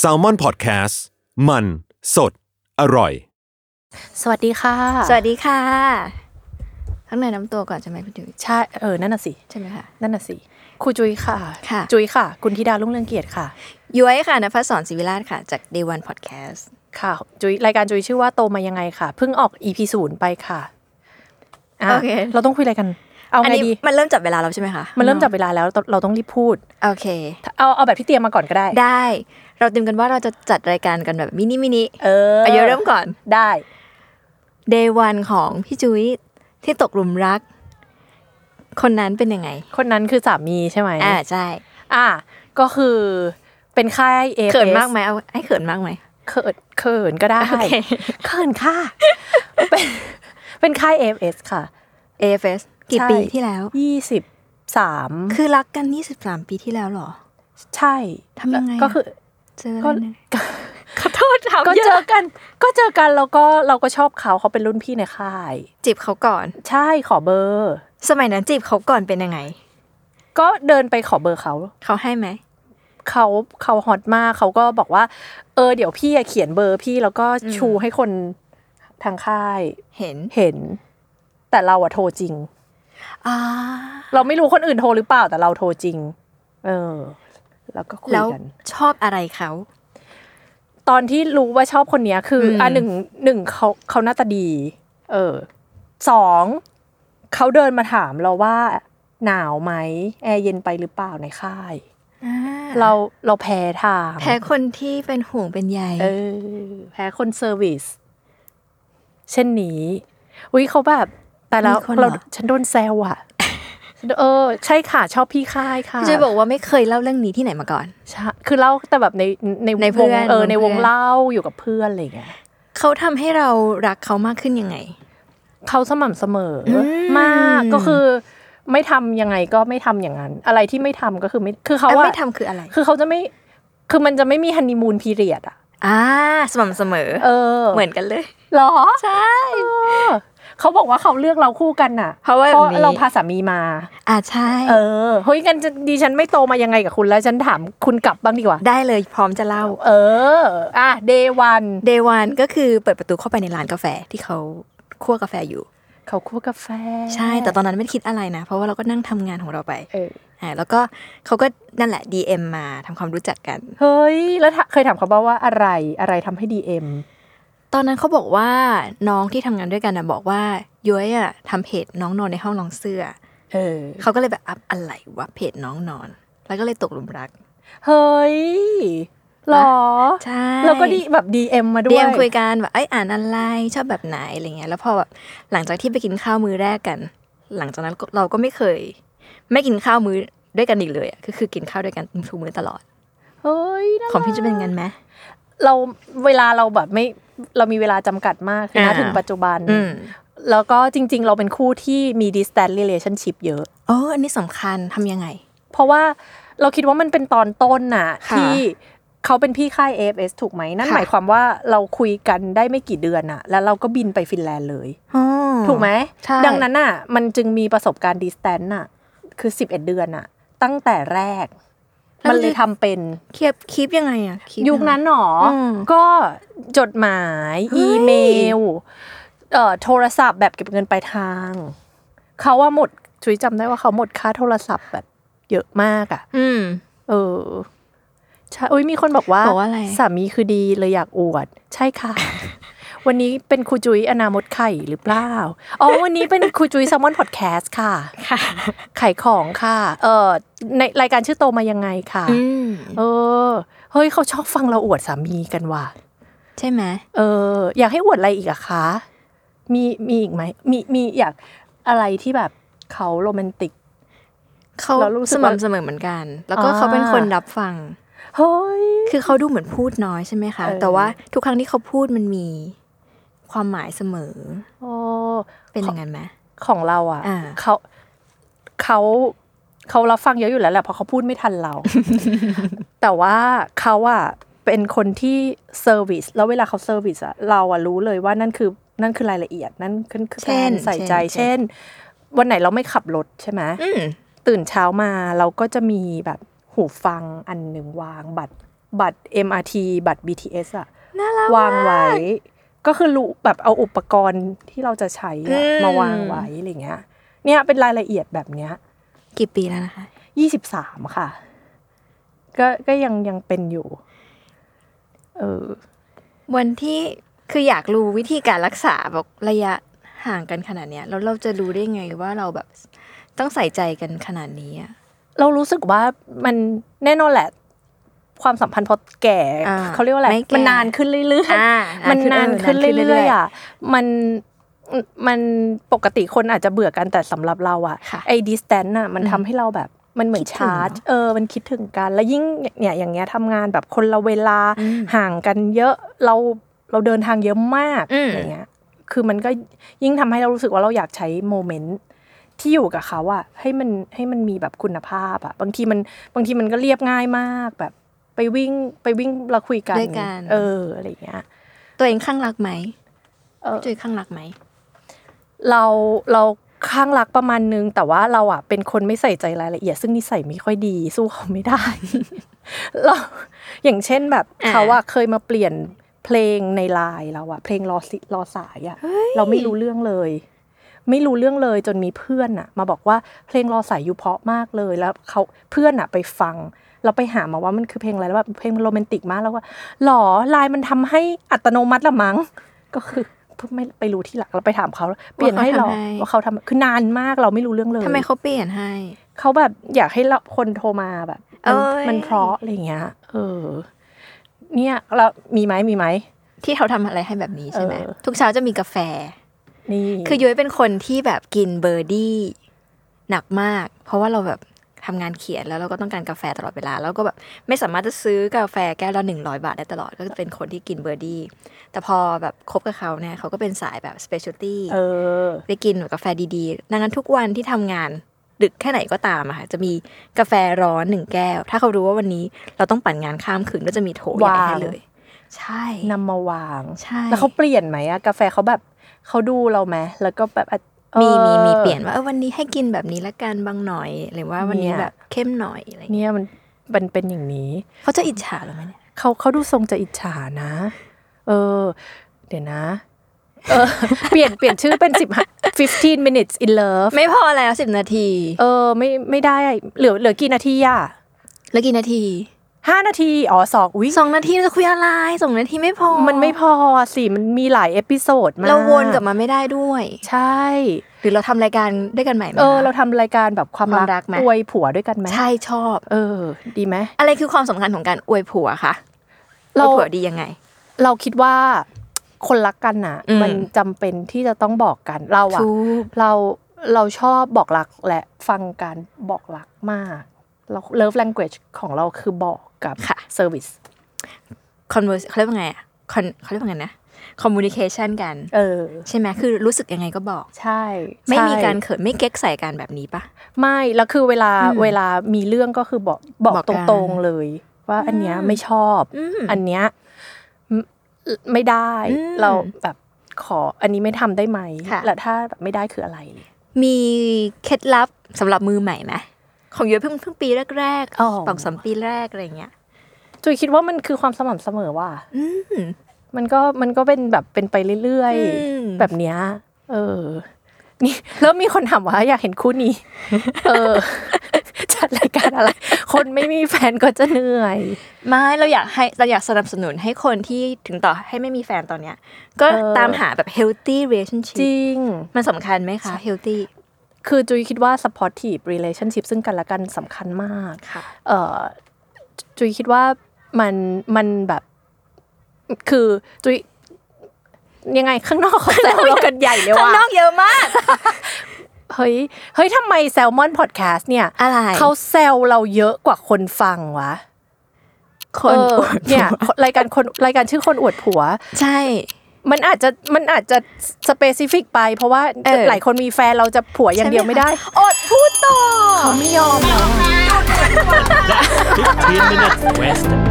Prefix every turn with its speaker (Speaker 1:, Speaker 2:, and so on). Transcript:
Speaker 1: s a l ม o n PODCAST มันสดอร่อย
Speaker 2: สวัสดีค่ะ
Speaker 3: สวัสดีค่ะข้างในน้ำตัวก่อนใช่ไหมคุณจุ๋ย
Speaker 2: ใช่เออ นั่นน่ะสิ
Speaker 3: ใช่ไหมคะ
Speaker 2: นั่นน่ะสิครูจุยค่ะ
Speaker 3: ค่ะ
Speaker 2: จุยค่ะ คุณธิดาลุ่งเรืองเกียรติค่ะ
Speaker 3: ย้วยค่ะนภัสสอนศิวิลาศค่ะ จาก Day One Podcast
Speaker 2: ค่ะ จุยรายการจุยชื่อว่าโตมายังไงค่ะ เพิ่งออก EP ศูนย์ไปค่ะะ
Speaker 3: โอเค
Speaker 2: เราต้องคุยอะไรกัน เอาไง
Speaker 3: นี้
Speaker 2: ดี
Speaker 3: มันเริ่มจับเวลาแล้วใช่ไหมคะ
Speaker 2: มันเริ่มจับเวลาแล้วเราเราต้องรีบพูด
Speaker 3: โอเค
Speaker 2: เอาเอาแบบที่เตรียมมาก่อนก็ได้
Speaker 3: ได้ เราเตรียมกันว่าเราจะจัดรายการกันแบบมินิมินิ
Speaker 2: เออ
Speaker 3: ยุเริ่มก่อน
Speaker 2: ได้
Speaker 3: Day One ของพี่จุ๋ยที่ตกหลุมรัก คนนั้นเป็นยังไง
Speaker 2: คนนั้นคือสามีใช่ไหม
Speaker 3: อ่าใช่
Speaker 2: อ่า ก็คือเป็นค่ายเอ
Speaker 3: เขินมากไหมเอาไอ้เขินมากไหม
Speaker 2: เขินเขินก็ได้
Speaker 3: โอเค
Speaker 2: เขินค่ะ เป็นเป็นค่าย AFS ค่ะ
Speaker 3: AFS กี่
Speaker 2: ใช่
Speaker 3: ปีที่แล้ว
Speaker 2: ยี่สิบสาม
Speaker 3: คือรักกัน 23 ปีที่แล้วเหรอ
Speaker 2: ใช่
Speaker 3: ทำยังไงอะ
Speaker 2: ก็คือ
Speaker 3: เจอ
Speaker 2: ก็
Speaker 3: กันยขอโทษถาม
Speaker 2: ก็
Speaker 3: เย
Speaker 2: เจ
Speaker 3: อะ
Speaker 2: อกัน ก็เจอกันแล้วก็เราก็ชอบเขาเขาเป็นรุ่นพี่ในค่าย
Speaker 3: จีบเขาก่อน
Speaker 2: ใช่ขอเบอร์
Speaker 3: สมัยนั้นจีบเขาก่อนเป็นยังไง
Speaker 2: ก็เดินไปขอเบอร์เขา
Speaker 3: เขาให้ไหม
Speaker 2: เขาเขาฮอตมากเขาก็บอกว่า เออเดี๋ยวพี่อะเขียนเบอร์พี่แล้วก็ชูให้คนทางค่าย
Speaker 3: เห็น
Speaker 2: เห็น แต่เราอะโทรจริง
Speaker 3: อ่า
Speaker 2: เราไม่รู้คนอื่นโทรหรือเปล่าแต่เราโทรจริง เออ แล้วก็คุย
Speaker 3: แล้ว
Speaker 2: กัน
Speaker 3: ชอบอะไรเขา
Speaker 2: ตอนที่รู้ว่าชอบคนเนี้ยคือ
Speaker 3: ม
Speaker 2: อ่ะหนึ่งหนึ่งเขาเขาหน้าตาดี เออสองเขาเดินมาถามเราว่าหนาวไหมแอร์เย็นไปหรือเปล่าในค่าย เราเราแพ้ทาง
Speaker 3: แพ้คนที่เป็นห่วงเป็นใย
Speaker 2: เออแพ้คนเซอร์วิสเช่นนี้อุ้ยเขาแบบ แต่แล้วเราฉันโดนแซวอ่ะฉันโดนเออ ใช่ค่ะ ชอบพี่ค่ายค่ะ
Speaker 3: พี่จุยบอกว่าไม่เคยเล่าเรื่องนี้ที่ไหนมาก่อน
Speaker 2: ใช่คือเล่าแต่แบบในใน
Speaker 3: ในเพื่
Speaker 2: ว
Speaker 3: อง น
Speaker 2: เออ
Speaker 3: วง
Speaker 2: ในวง
Speaker 3: เพื่อน
Speaker 2: เล่าอยู่กับเพื่อนอะไรอย่างเงี้ย
Speaker 3: เขาทำให้เรารักเขามากขึ้นยังไง
Speaker 2: เขาสม่ำเสมออ
Speaker 3: ม
Speaker 2: มากก็คือ ไม่ทำยังไงก็ไม่ทำอย่างนั้น อะไรที่ไม่ทำก็คือไม่คือเขา
Speaker 3: แล้ว
Speaker 2: อะ
Speaker 3: ไม่ทำคืออะไร
Speaker 2: คือเขาจะไม่คือมันจะไม่มีฮันนีมูนพีเรียดอะ
Speaker 3: อ่าสม่ำเสมอ
Speaker 2: เออ
Speaker 3: เหมือนกันเลย
Speaker 2: เหรอ
Speaker 3: ใช่
Speaker 2: เออเขาบอกว่าเขาเลือกเราคู่กันน่ะ
Speaker 3: เพราะว่าแบบนี้
Speaker 2: เราพาสามีมา
Speaker 3: อ่าใช่
Speaker 2: เออเฮ้ยกันจะดีฉันไม่โตมายังไงกับคุณแล้วฉันถามคุณกลับบ้างดีกว่า
Speaker 3: ได้เลยพร้อมจะเล่า
Speaker 2: เออ อ่ะเดวัน
Speaker 3: เดวันก็คือเปิดประตูเข้าไปในร้านกาแฟที่เขาคั่วกาแฟอยู่
Speaker 2: เขาคั่วกาแฟ
Speaker 3: ใช่ แต่ตอนนั้นไม่ได้คิดอะไรนะ เพราะว่าเราก็นั่งทำงานของเราไป
Speaker 2: เออ
Speaker 3: อ่าแล้วก็เขาก็นั่นแหละ DM มาทำความรู้จักกัน
Speaker 2: เฮ้ยแล้วถ้าเคยถามเขาบ้างว่าอะไรอะไรทำให้ดีเอ็ม
Speaker 3: ตอนนั้นเขาบอกว่าน้องที่ทำงานด้วยกันนะบอกว่าย้อยอ่ะทำเพจน้องนอนในห้องลองเสื้อ
Speaker 2: เออ
Speaker 3: เขาก็เลยแบบอัพอะไรวะเพจน้องนอน แล้วก็เลยตกหลุมรัก
Speaker 2: เฮ้ยหรอ
Speaker 3: ใช่
Speaker 2: แล้วก็ดีแบบดีเอ็มมาด้วย
Speaker 3: ดีเอ็มคุยกันแบบไอ้ยอ่านอะไรชอบแบบไหนอะไรเงี้ยแล้วพอแบบหลังจากที่ไปกินข้าวมื้อแรกกัน หลังจากนั้นเราก็ไม่เคย ไม่กินข้าวมื้อด้วยกันอีกเลยอ่ะคือคือกินข้าวด้วยกันทุกมื้อตลอด
Speaker 2: เฮ้ยน่า
Speaker 3: ของพี่จะเป็นงั้นไหม
Speaker 2: เราเวลาเราแบบไม่เรามีเวลาจำกัดมากคือนะ
Speaker 3: อ่า
Speaker 2: ถึงปัจจุบัน
Speaker 3: อืม
Speaker 2: แล้วก็จริง ๆ เราเป็นคู่ที่มี distance relationship เยอะ
Speaker 3: โอ้อันนี้สำคัญทำยังไง
Speaker 2: เพราะว่าเราคิดว่ามันเป็นตอนต้นน่ะ
Speaker 3: ค่ะ
Speaker 2: ที่เขาเป็นพี่ค่าย AFS ถูกไหมนั่น
Speaker 3: ค่ะ
Speaker 2: หมายความว่าเราคุยกันได้ไม่กี่เดือนน่ะ แล้วเราก็บินไปฟินแลนด์เลย
Speaker 3: อ๋อ
Speaker 2: ถูกไหม
Speaker 3: ใช่
Speaker 2: ดังนั้นน่ะ มันจึงมีประสบการณ์ดิสแตนน่ะ คือ 11 เดือนน่ะ ตั้งแต่แรก มันเลยทำเป็น
Speaker 3: เคียบคลิปยังไงอะคลิป
Speaker 2: ยุคนั้นหนออ
Speaker 3: ม
Speaker 2: ก็จดหมาย
Speaker 3: เฮ้ย
Speaker 2: อีเมล เอ่อ โทรศัพท์แบบเก็บเงินปลายทาง เขาว่าหมดชุยจำได้ว่าเขาหมดค่าโทรศัพท์แบบเยอะมากอ่ะ
Speaker 3: อืม
Speaker 2: เออ ใช่อุ้ยมีคนบอกว่า
Speaker 3: บอกว่าอะไร
Speaker 2: สามีคือดีเลยอยากอวด ใช่ค่ะ วันนี้เป็นครูจุยอนามดไข่หรือเปล่า อ๋อ วันนี้เป็นครูจุยแซมมอนพอดแคสต์ค่ะ
Speaker 3: ค่ะ
Speaker 2: ไข่ของค่ะ เออในรายการชื่อโตมายังไงค่ะ
Speaker 3: อืม
Speaker 2: เออ เฮ้ยเขาชอบฟังเราอวดสามีกันว่ะ
Speaker 3: ใช่ไหม
Speaker 2: เออ อยากให้อวดอะไรอีกอะคะ มีมีอีกไหม มีมีอยากอะไรที่แบบเขาโรแมนติก
Speaker 3: เขา
Speaker 2: เรารู้สึ
Speaker 3: ส
Speaker 2: กว่า
Speaker 3: ม่ำเสมอเหมือนกัน แล้วก็
Speaker 2: อ่า
Speaker 3: เขาเป็นคนรับฟัง
Speaker 2: เฮ้ย
Speaker 3: คือเขาดูเหมือนพูดน้อยใช่ไหมคะ
Speaker 2: เออ
Speaker 3: แต่ว่าทุกครั้งที่เขาพูดมันมีความหมายเสมอ
Speaker 2: โอ้
Speaker 3: เป็นอย่างนั้นไหม
Speaker 2: ของเราอ่ะ
Speaker 3: อ่า
Speaker 2: เขาเขาเขารับฟังเยอะอยู่แล้วแหละเพราะเขาพูดไม่ทันเรา แต่ว่าเขาอ่ะเป็นคนที่เซอร์วิสแล้วเวลาเขาเซอร์วิสอ่ะเราอ่ะรู้เลยว่านั่นคือนั่นคือรายละเอียดนั่นคือคือการใส่ใจ เช่น วันไหนเราไม่ขับรถใช่ไหม
Speaker 3: อืม
Speaker 2: ตื่นเช้ามาเราก็จะมีแบบ หูฟังอันหนึ่งวางบัตรบัตร MRT บัตร BTS อะ
Speaker 3: น่ารัก
Speaker 2: วางไว้ ก็คือรู้แบบเอาอุปกรณ์ที่เราจะใช้อะ
Speaker 3: อืม
Speaker 2: มาวางไว้อะไรเงี้ยเนี่ยเป็นรายละเอียดแบบเนี้ย
Speaker 3: กี่ปีแล้วนะคะ
Speaker 2: ยี่สิบสามค่ะ ก็ก็ยังยังเป็นอยู่ เออ
Speaker 3: วันที่คืออยากรู้วิธีการรักษาบอกระยะห่างกันขนาดเนี้ยแล้วเราจะรู้ได้ไงว่าเราแบบต้องใส่ใจกันขนาดนี้อะ
Speaker 2: เรารู้สึกว่ามันแน่นอนแหละ ความสัมพันธ์พอแก่
Speaker 3: อ่า
Speaker 2: เขาเรียกว่าอะไร
Speaker 3: ไม่แก่
Speaker 2: มันนานขึ้นเรื่อย
Speaker 3: อ่า
Speaker 2: ๆมันนานขึ้นเรื่อยๆอ่ะมันมันปกติคนอาจจะเบื่อกันแต่สำหรับเราอ่ะ
Speaker 3: ค่ะ
Speaker 2: ไอ้ distance น่ะมันทำให้เราแบบมันเหมือน
Speaker 3: คิดถึง
Speaker 2: ชาร์จ
Speaker 3: เนอะ
Speaker 2: เออ มันคิดถึงกัน แล้วยิ่งเนี่ยอย่างเงี้ยทำงานแบบคนละเวลา
Speaker 3: อืม
Speaker 2: ห่างกันเยอะเราเราเดินทางเยอะมาก
Speaker 3: อืม
Speaker 2: อะไรเงี้ย คือมันก็ยิ่งทำให้เรารู้สึกว่าเราอยากใช้โมเมนต์ที่อยู่กับเขาอะให้มันให้มันมีแบบคุณภาพอะบางทีมันบางทีมันก็เรียบง่ายมากแบบ ไปวิ่งไปวิ่งเราคุยกัน
Speaker 3: ด้วยกัน
Speaker 2: เอออะไรเงี้ย
Speaker 3: ตัวเองข้างรักไหม
Speaker 2: เออ
Speaker 3: พี่จุยข้างรักไหม
Speaker 2: เราเราข้างรักประมาณนึง แต่ว่าเราอ่ะเป็นคนไม่ใส่ใจรายละเอียด ซึ่งนิสัยไม่ค่อยดีสู้เขาไม่ได้ เราอย่างเช่นแบบ
Speaker 3: อ่า
Speaker 2: เขาอะเคยมาเปลี่ยนเพลงในไลน์เราอะเพลงรอสิรอสายอะเราไม่รู้เรื่องเลย ไม่รู้เรื่องเลยจนมีเพื่อนอะมาบอกว่าเพลงรอสายอยู่เพราะมากเลยแล้วเขาเพื่อนอะไปฟัง เราไปหามาว่ามันคือเพลงอะไรแล้วแบบเพลงมันโรแมนติกมากแล้วว่าหรอไลน์มันทำให้อัตโนมัติละมั้ง ก็คือเพิ่งไม่ไปรู้ที่หลังเราไปถามเขาเปลี่ยนให้หรอ
Speaker 3: ว่าเขาทำให้
Speaker 2: ว่าเขาทำคือนานมากเราไม่รู้เรื่องเลย
Speaker 3: ทำไมเขาเปลี่ยนให้
Speaker 2: เขาแบบอยากให้เราคนโทรมาแบบ
Speaker 3: เอ้
Speaker 2: มัน
Speaker 3: ย
Speaker 2: มันเพราะอะไรอย่างเงี้ย เออ เนี่ยเรามีไหมมีไหม
Speaker 3: ที่เขาทำอะไรให้แบบนี้ใช่ไหม
Speaker 2: เออ
Speaker 3: ทุกเช้าจะมีกาแฟ
Speaker 2: นี่
Speaker 3: คือยุ้ยเป็นคนที่แบบกินเบอร์ดี้หนักมาก เพราะว่าเราแบบทำงานเขียนแล้วเราก็ต้องการกาแฟตลอดเวลา แล้วก็แบบไม่สามารถจะซื้อกาแฟแก้วละหนึ่งร้อยบาทได้ตลอดก็จะเป็นคนที่กินเบอร์ดี้แต่พอแบบคบกับเขาเนี่ยเขาก็เป็นสายแบบสเปเชียลตี้
Speaker 2: เออ
Speaker 3: ไปกินแบบกาแฟดีๆดังนั้นทุกวันที่ทำงานดึกแค่ไหนก็ตามอะค่ะจะมีกาแฟร้อนหนึ่งแก้ว ถ้าเขารู้ว่าวันนี้เราต้องปั่นงานข้ามคืนก็จะมีโถใหญ่ให้
Speaker 2: วาง
Speaker 3: เลย ใช่
Speaker 2: นำมาวาง
Speaker 3: ใช่
Speaker 2: แล้วเขาเปลี่ยนไหมอะกาแฟเขาแบบเขาดูเราไหมแล้วก็แบบอ่ะ
Speaker 3: มี
Speaker 2: ออ
Speaker 3: มีมีเปลี่ยนว่าเออวันนี้ให้กินแบบนี้ละกันบางหน่อยหรือว่าวันนี้
Speaker 2: เนี่ย
Speaker 3: แบบเข้มหน่อยอะไรอย่างเงี้ย
Speaker 2: เนี่ยมันมันเป็นอย่างนี้
Speaker 3: เขาจะอิจฉาเหรือไหมเนี่ย
Speaker 2: เขาเขาดูทรงจะอิจฉานะ เออ เดี๋ยวนะ เอ อ เปลี่ยนเปลี่ยนชื่อเป็นสิบ15 minutes in love
Speaker 3: ไม่พอแล้วสิบนาที
Speaker 2: เออ ไม่ไม่ได้ เหลือเหลือกี่นาทีอ่ะ
Speaker 3: แล้วกี่นาที
Speaker 2: ห้านาที อ๋อสองอุ้ย
Speaker 3: สองนาทีเราจะคุยอะไรสองนาทีไม่พอ
Speaker 2: มันไม่พอสิมันมีหลายเอพิโซดมาก
Speaker 3: เราวนกลับมาไม่ได้ด้วย
Speaker 2: ใช่
Speaker 3: หรือเราทำรายการด้วยกันใหม่ไหม
Speaker 2: เออ
Speaker 3: คะ
Speaker 2: เราทำรายการแบบความ
Speaker 3: ความรั
Speaker 2: รั
Speaker 3: ก
Speaker 2: ก
Speaker 3: ไหม
Speaker 2: อวยผัวด้วยกันไหม
Speaker 3: ใช่ชอบ
Speaker 2: เออ ดีไหม
Speaker 3: อะไรคือความสำคัญของการอวยผัวคะ
Speaker 2: เรา
Speaker 3: อวยผัวดียังไง
Speaker 2: เราคิดว่าคนรักกันน่ะ
Speaker 3: อืม
Speaker 2: มันจำเป็นที่จะต้องบอกกันเราอะ
Speaker 3: ถูก
Speaker 2: เราเราชอบบอกรักและฟังการบอกรักมาก เรา love language ของเราคือบอกกับ
Speaker 3: ค่ะ
Speaker 2: service
Speaker 3: converse เขาเรียกว่าไงอะ con เขาเรียกว่าไงนะ communication กัน
Speaker 2: เออ
Speaker 3: ใช่ไหมคือรู้สึกยังไงก็บอก
Speaker 2: ใช่
Speaker 3: ไม่มีการ
Speaker 2: ใช่
Speaker 3: เขินไม่เก๊กใส่กันแบบนี้ปะ
Speaker 2: ไม่ แล้วคือเวลา
Speaker 3: อืม
Speaker 2: เวลามีเรื่องก็คือบอกบอ
Speaker 3: บอก กกั
Speaker 2: ต
Speaker 3: น
Speaker 2: รงๆเลย ว่าอันเนี้ยไม่ชอบ อันเนี้ยไม่ไม่ได้
Speaker 3: อืม
Speaker 2: เราแบบขออันนี้ไม่ทำได้ไหม
Speaker 3: ค่ะ
Speaker 2: แล้วถ้าแบบไม่ได้คืออะไรเลย
Speaker 3: มีเคล็ดลับสำหรับมือใหม่ไหมของยุ้ยเพิ่งเพิ่งปีแรก
Speaker 2: อ๋อ
Speaker 3: สองสามปีแรกอะไรอย่างเงี้ย
Speaker 2: จุยคิดว่ามันคือความสม่ำเสมอว่า
Speaker 3: อืม
Speaker 2: มันก็มันก็เป็นแบบเป็นไปเรื่อย
Speaker 3: อืม
Speaker 2: ๆ แบบเนี้ยเออ นี่ เริ่มมีคนถามว่าอยากเห็นคู่ นี้ เออ จัดรายการอะไร คนไม่มีแฟนก็จะเหนื่อย
Speaker 3: ไม่เราอยากให้เราอยากสนับสนุนให้คนที่ถึงต่อให้ไม่มีแฟนตอนเนี้ย ก็
Speaker 2: เออ
Speaker 3: ตามหาแบบ healthy
Speaker 2: จ
Speaker 3: relationship
Speaker 2: ริง
Speaker 3: มันสำคัญไหมคะ healthy
Speaker 2: คือจุยคิดว่า supportive relationship ซึ่งกันและกันสำคัญมาก
Speaker 3: ค่ะ
Speaker 2: เออจุยคิดว่ามันมันแบบ คือจุยยังไงข้างนอกเขาแซวเรากันใหญ่เลย
Speaker 3: ข้าง
Speaker 2: ว่าน
Speaker 3: อกเยอะมาก
Speaker 2: เฮ้ยเฮ้ยทำไมแซลมอนพอดแคสต์เนี่ย
Speaker 3: อะไร
Speaker 2: เขาแซวเราเยอะกว่าคนฟังวะ
Speaker 3: คน
Speaker 2: เออ เนี่ยรายการคนรายการชื่อคนอวดผัว
Speaker 3: ใช่
Speaker 2: มันอาจจะมันอาจจะสเปซิฟิกไป เพราะว่า
Speaker 3: เออ
Speaker 2: หลายคนมีแฟนเราจะผัวอย่างเดียวไม่ได้
Speaker 3: อดพูดต่อ
Speaker 2: เขาไม่ยอม
Speaker 4: 15 minutes west.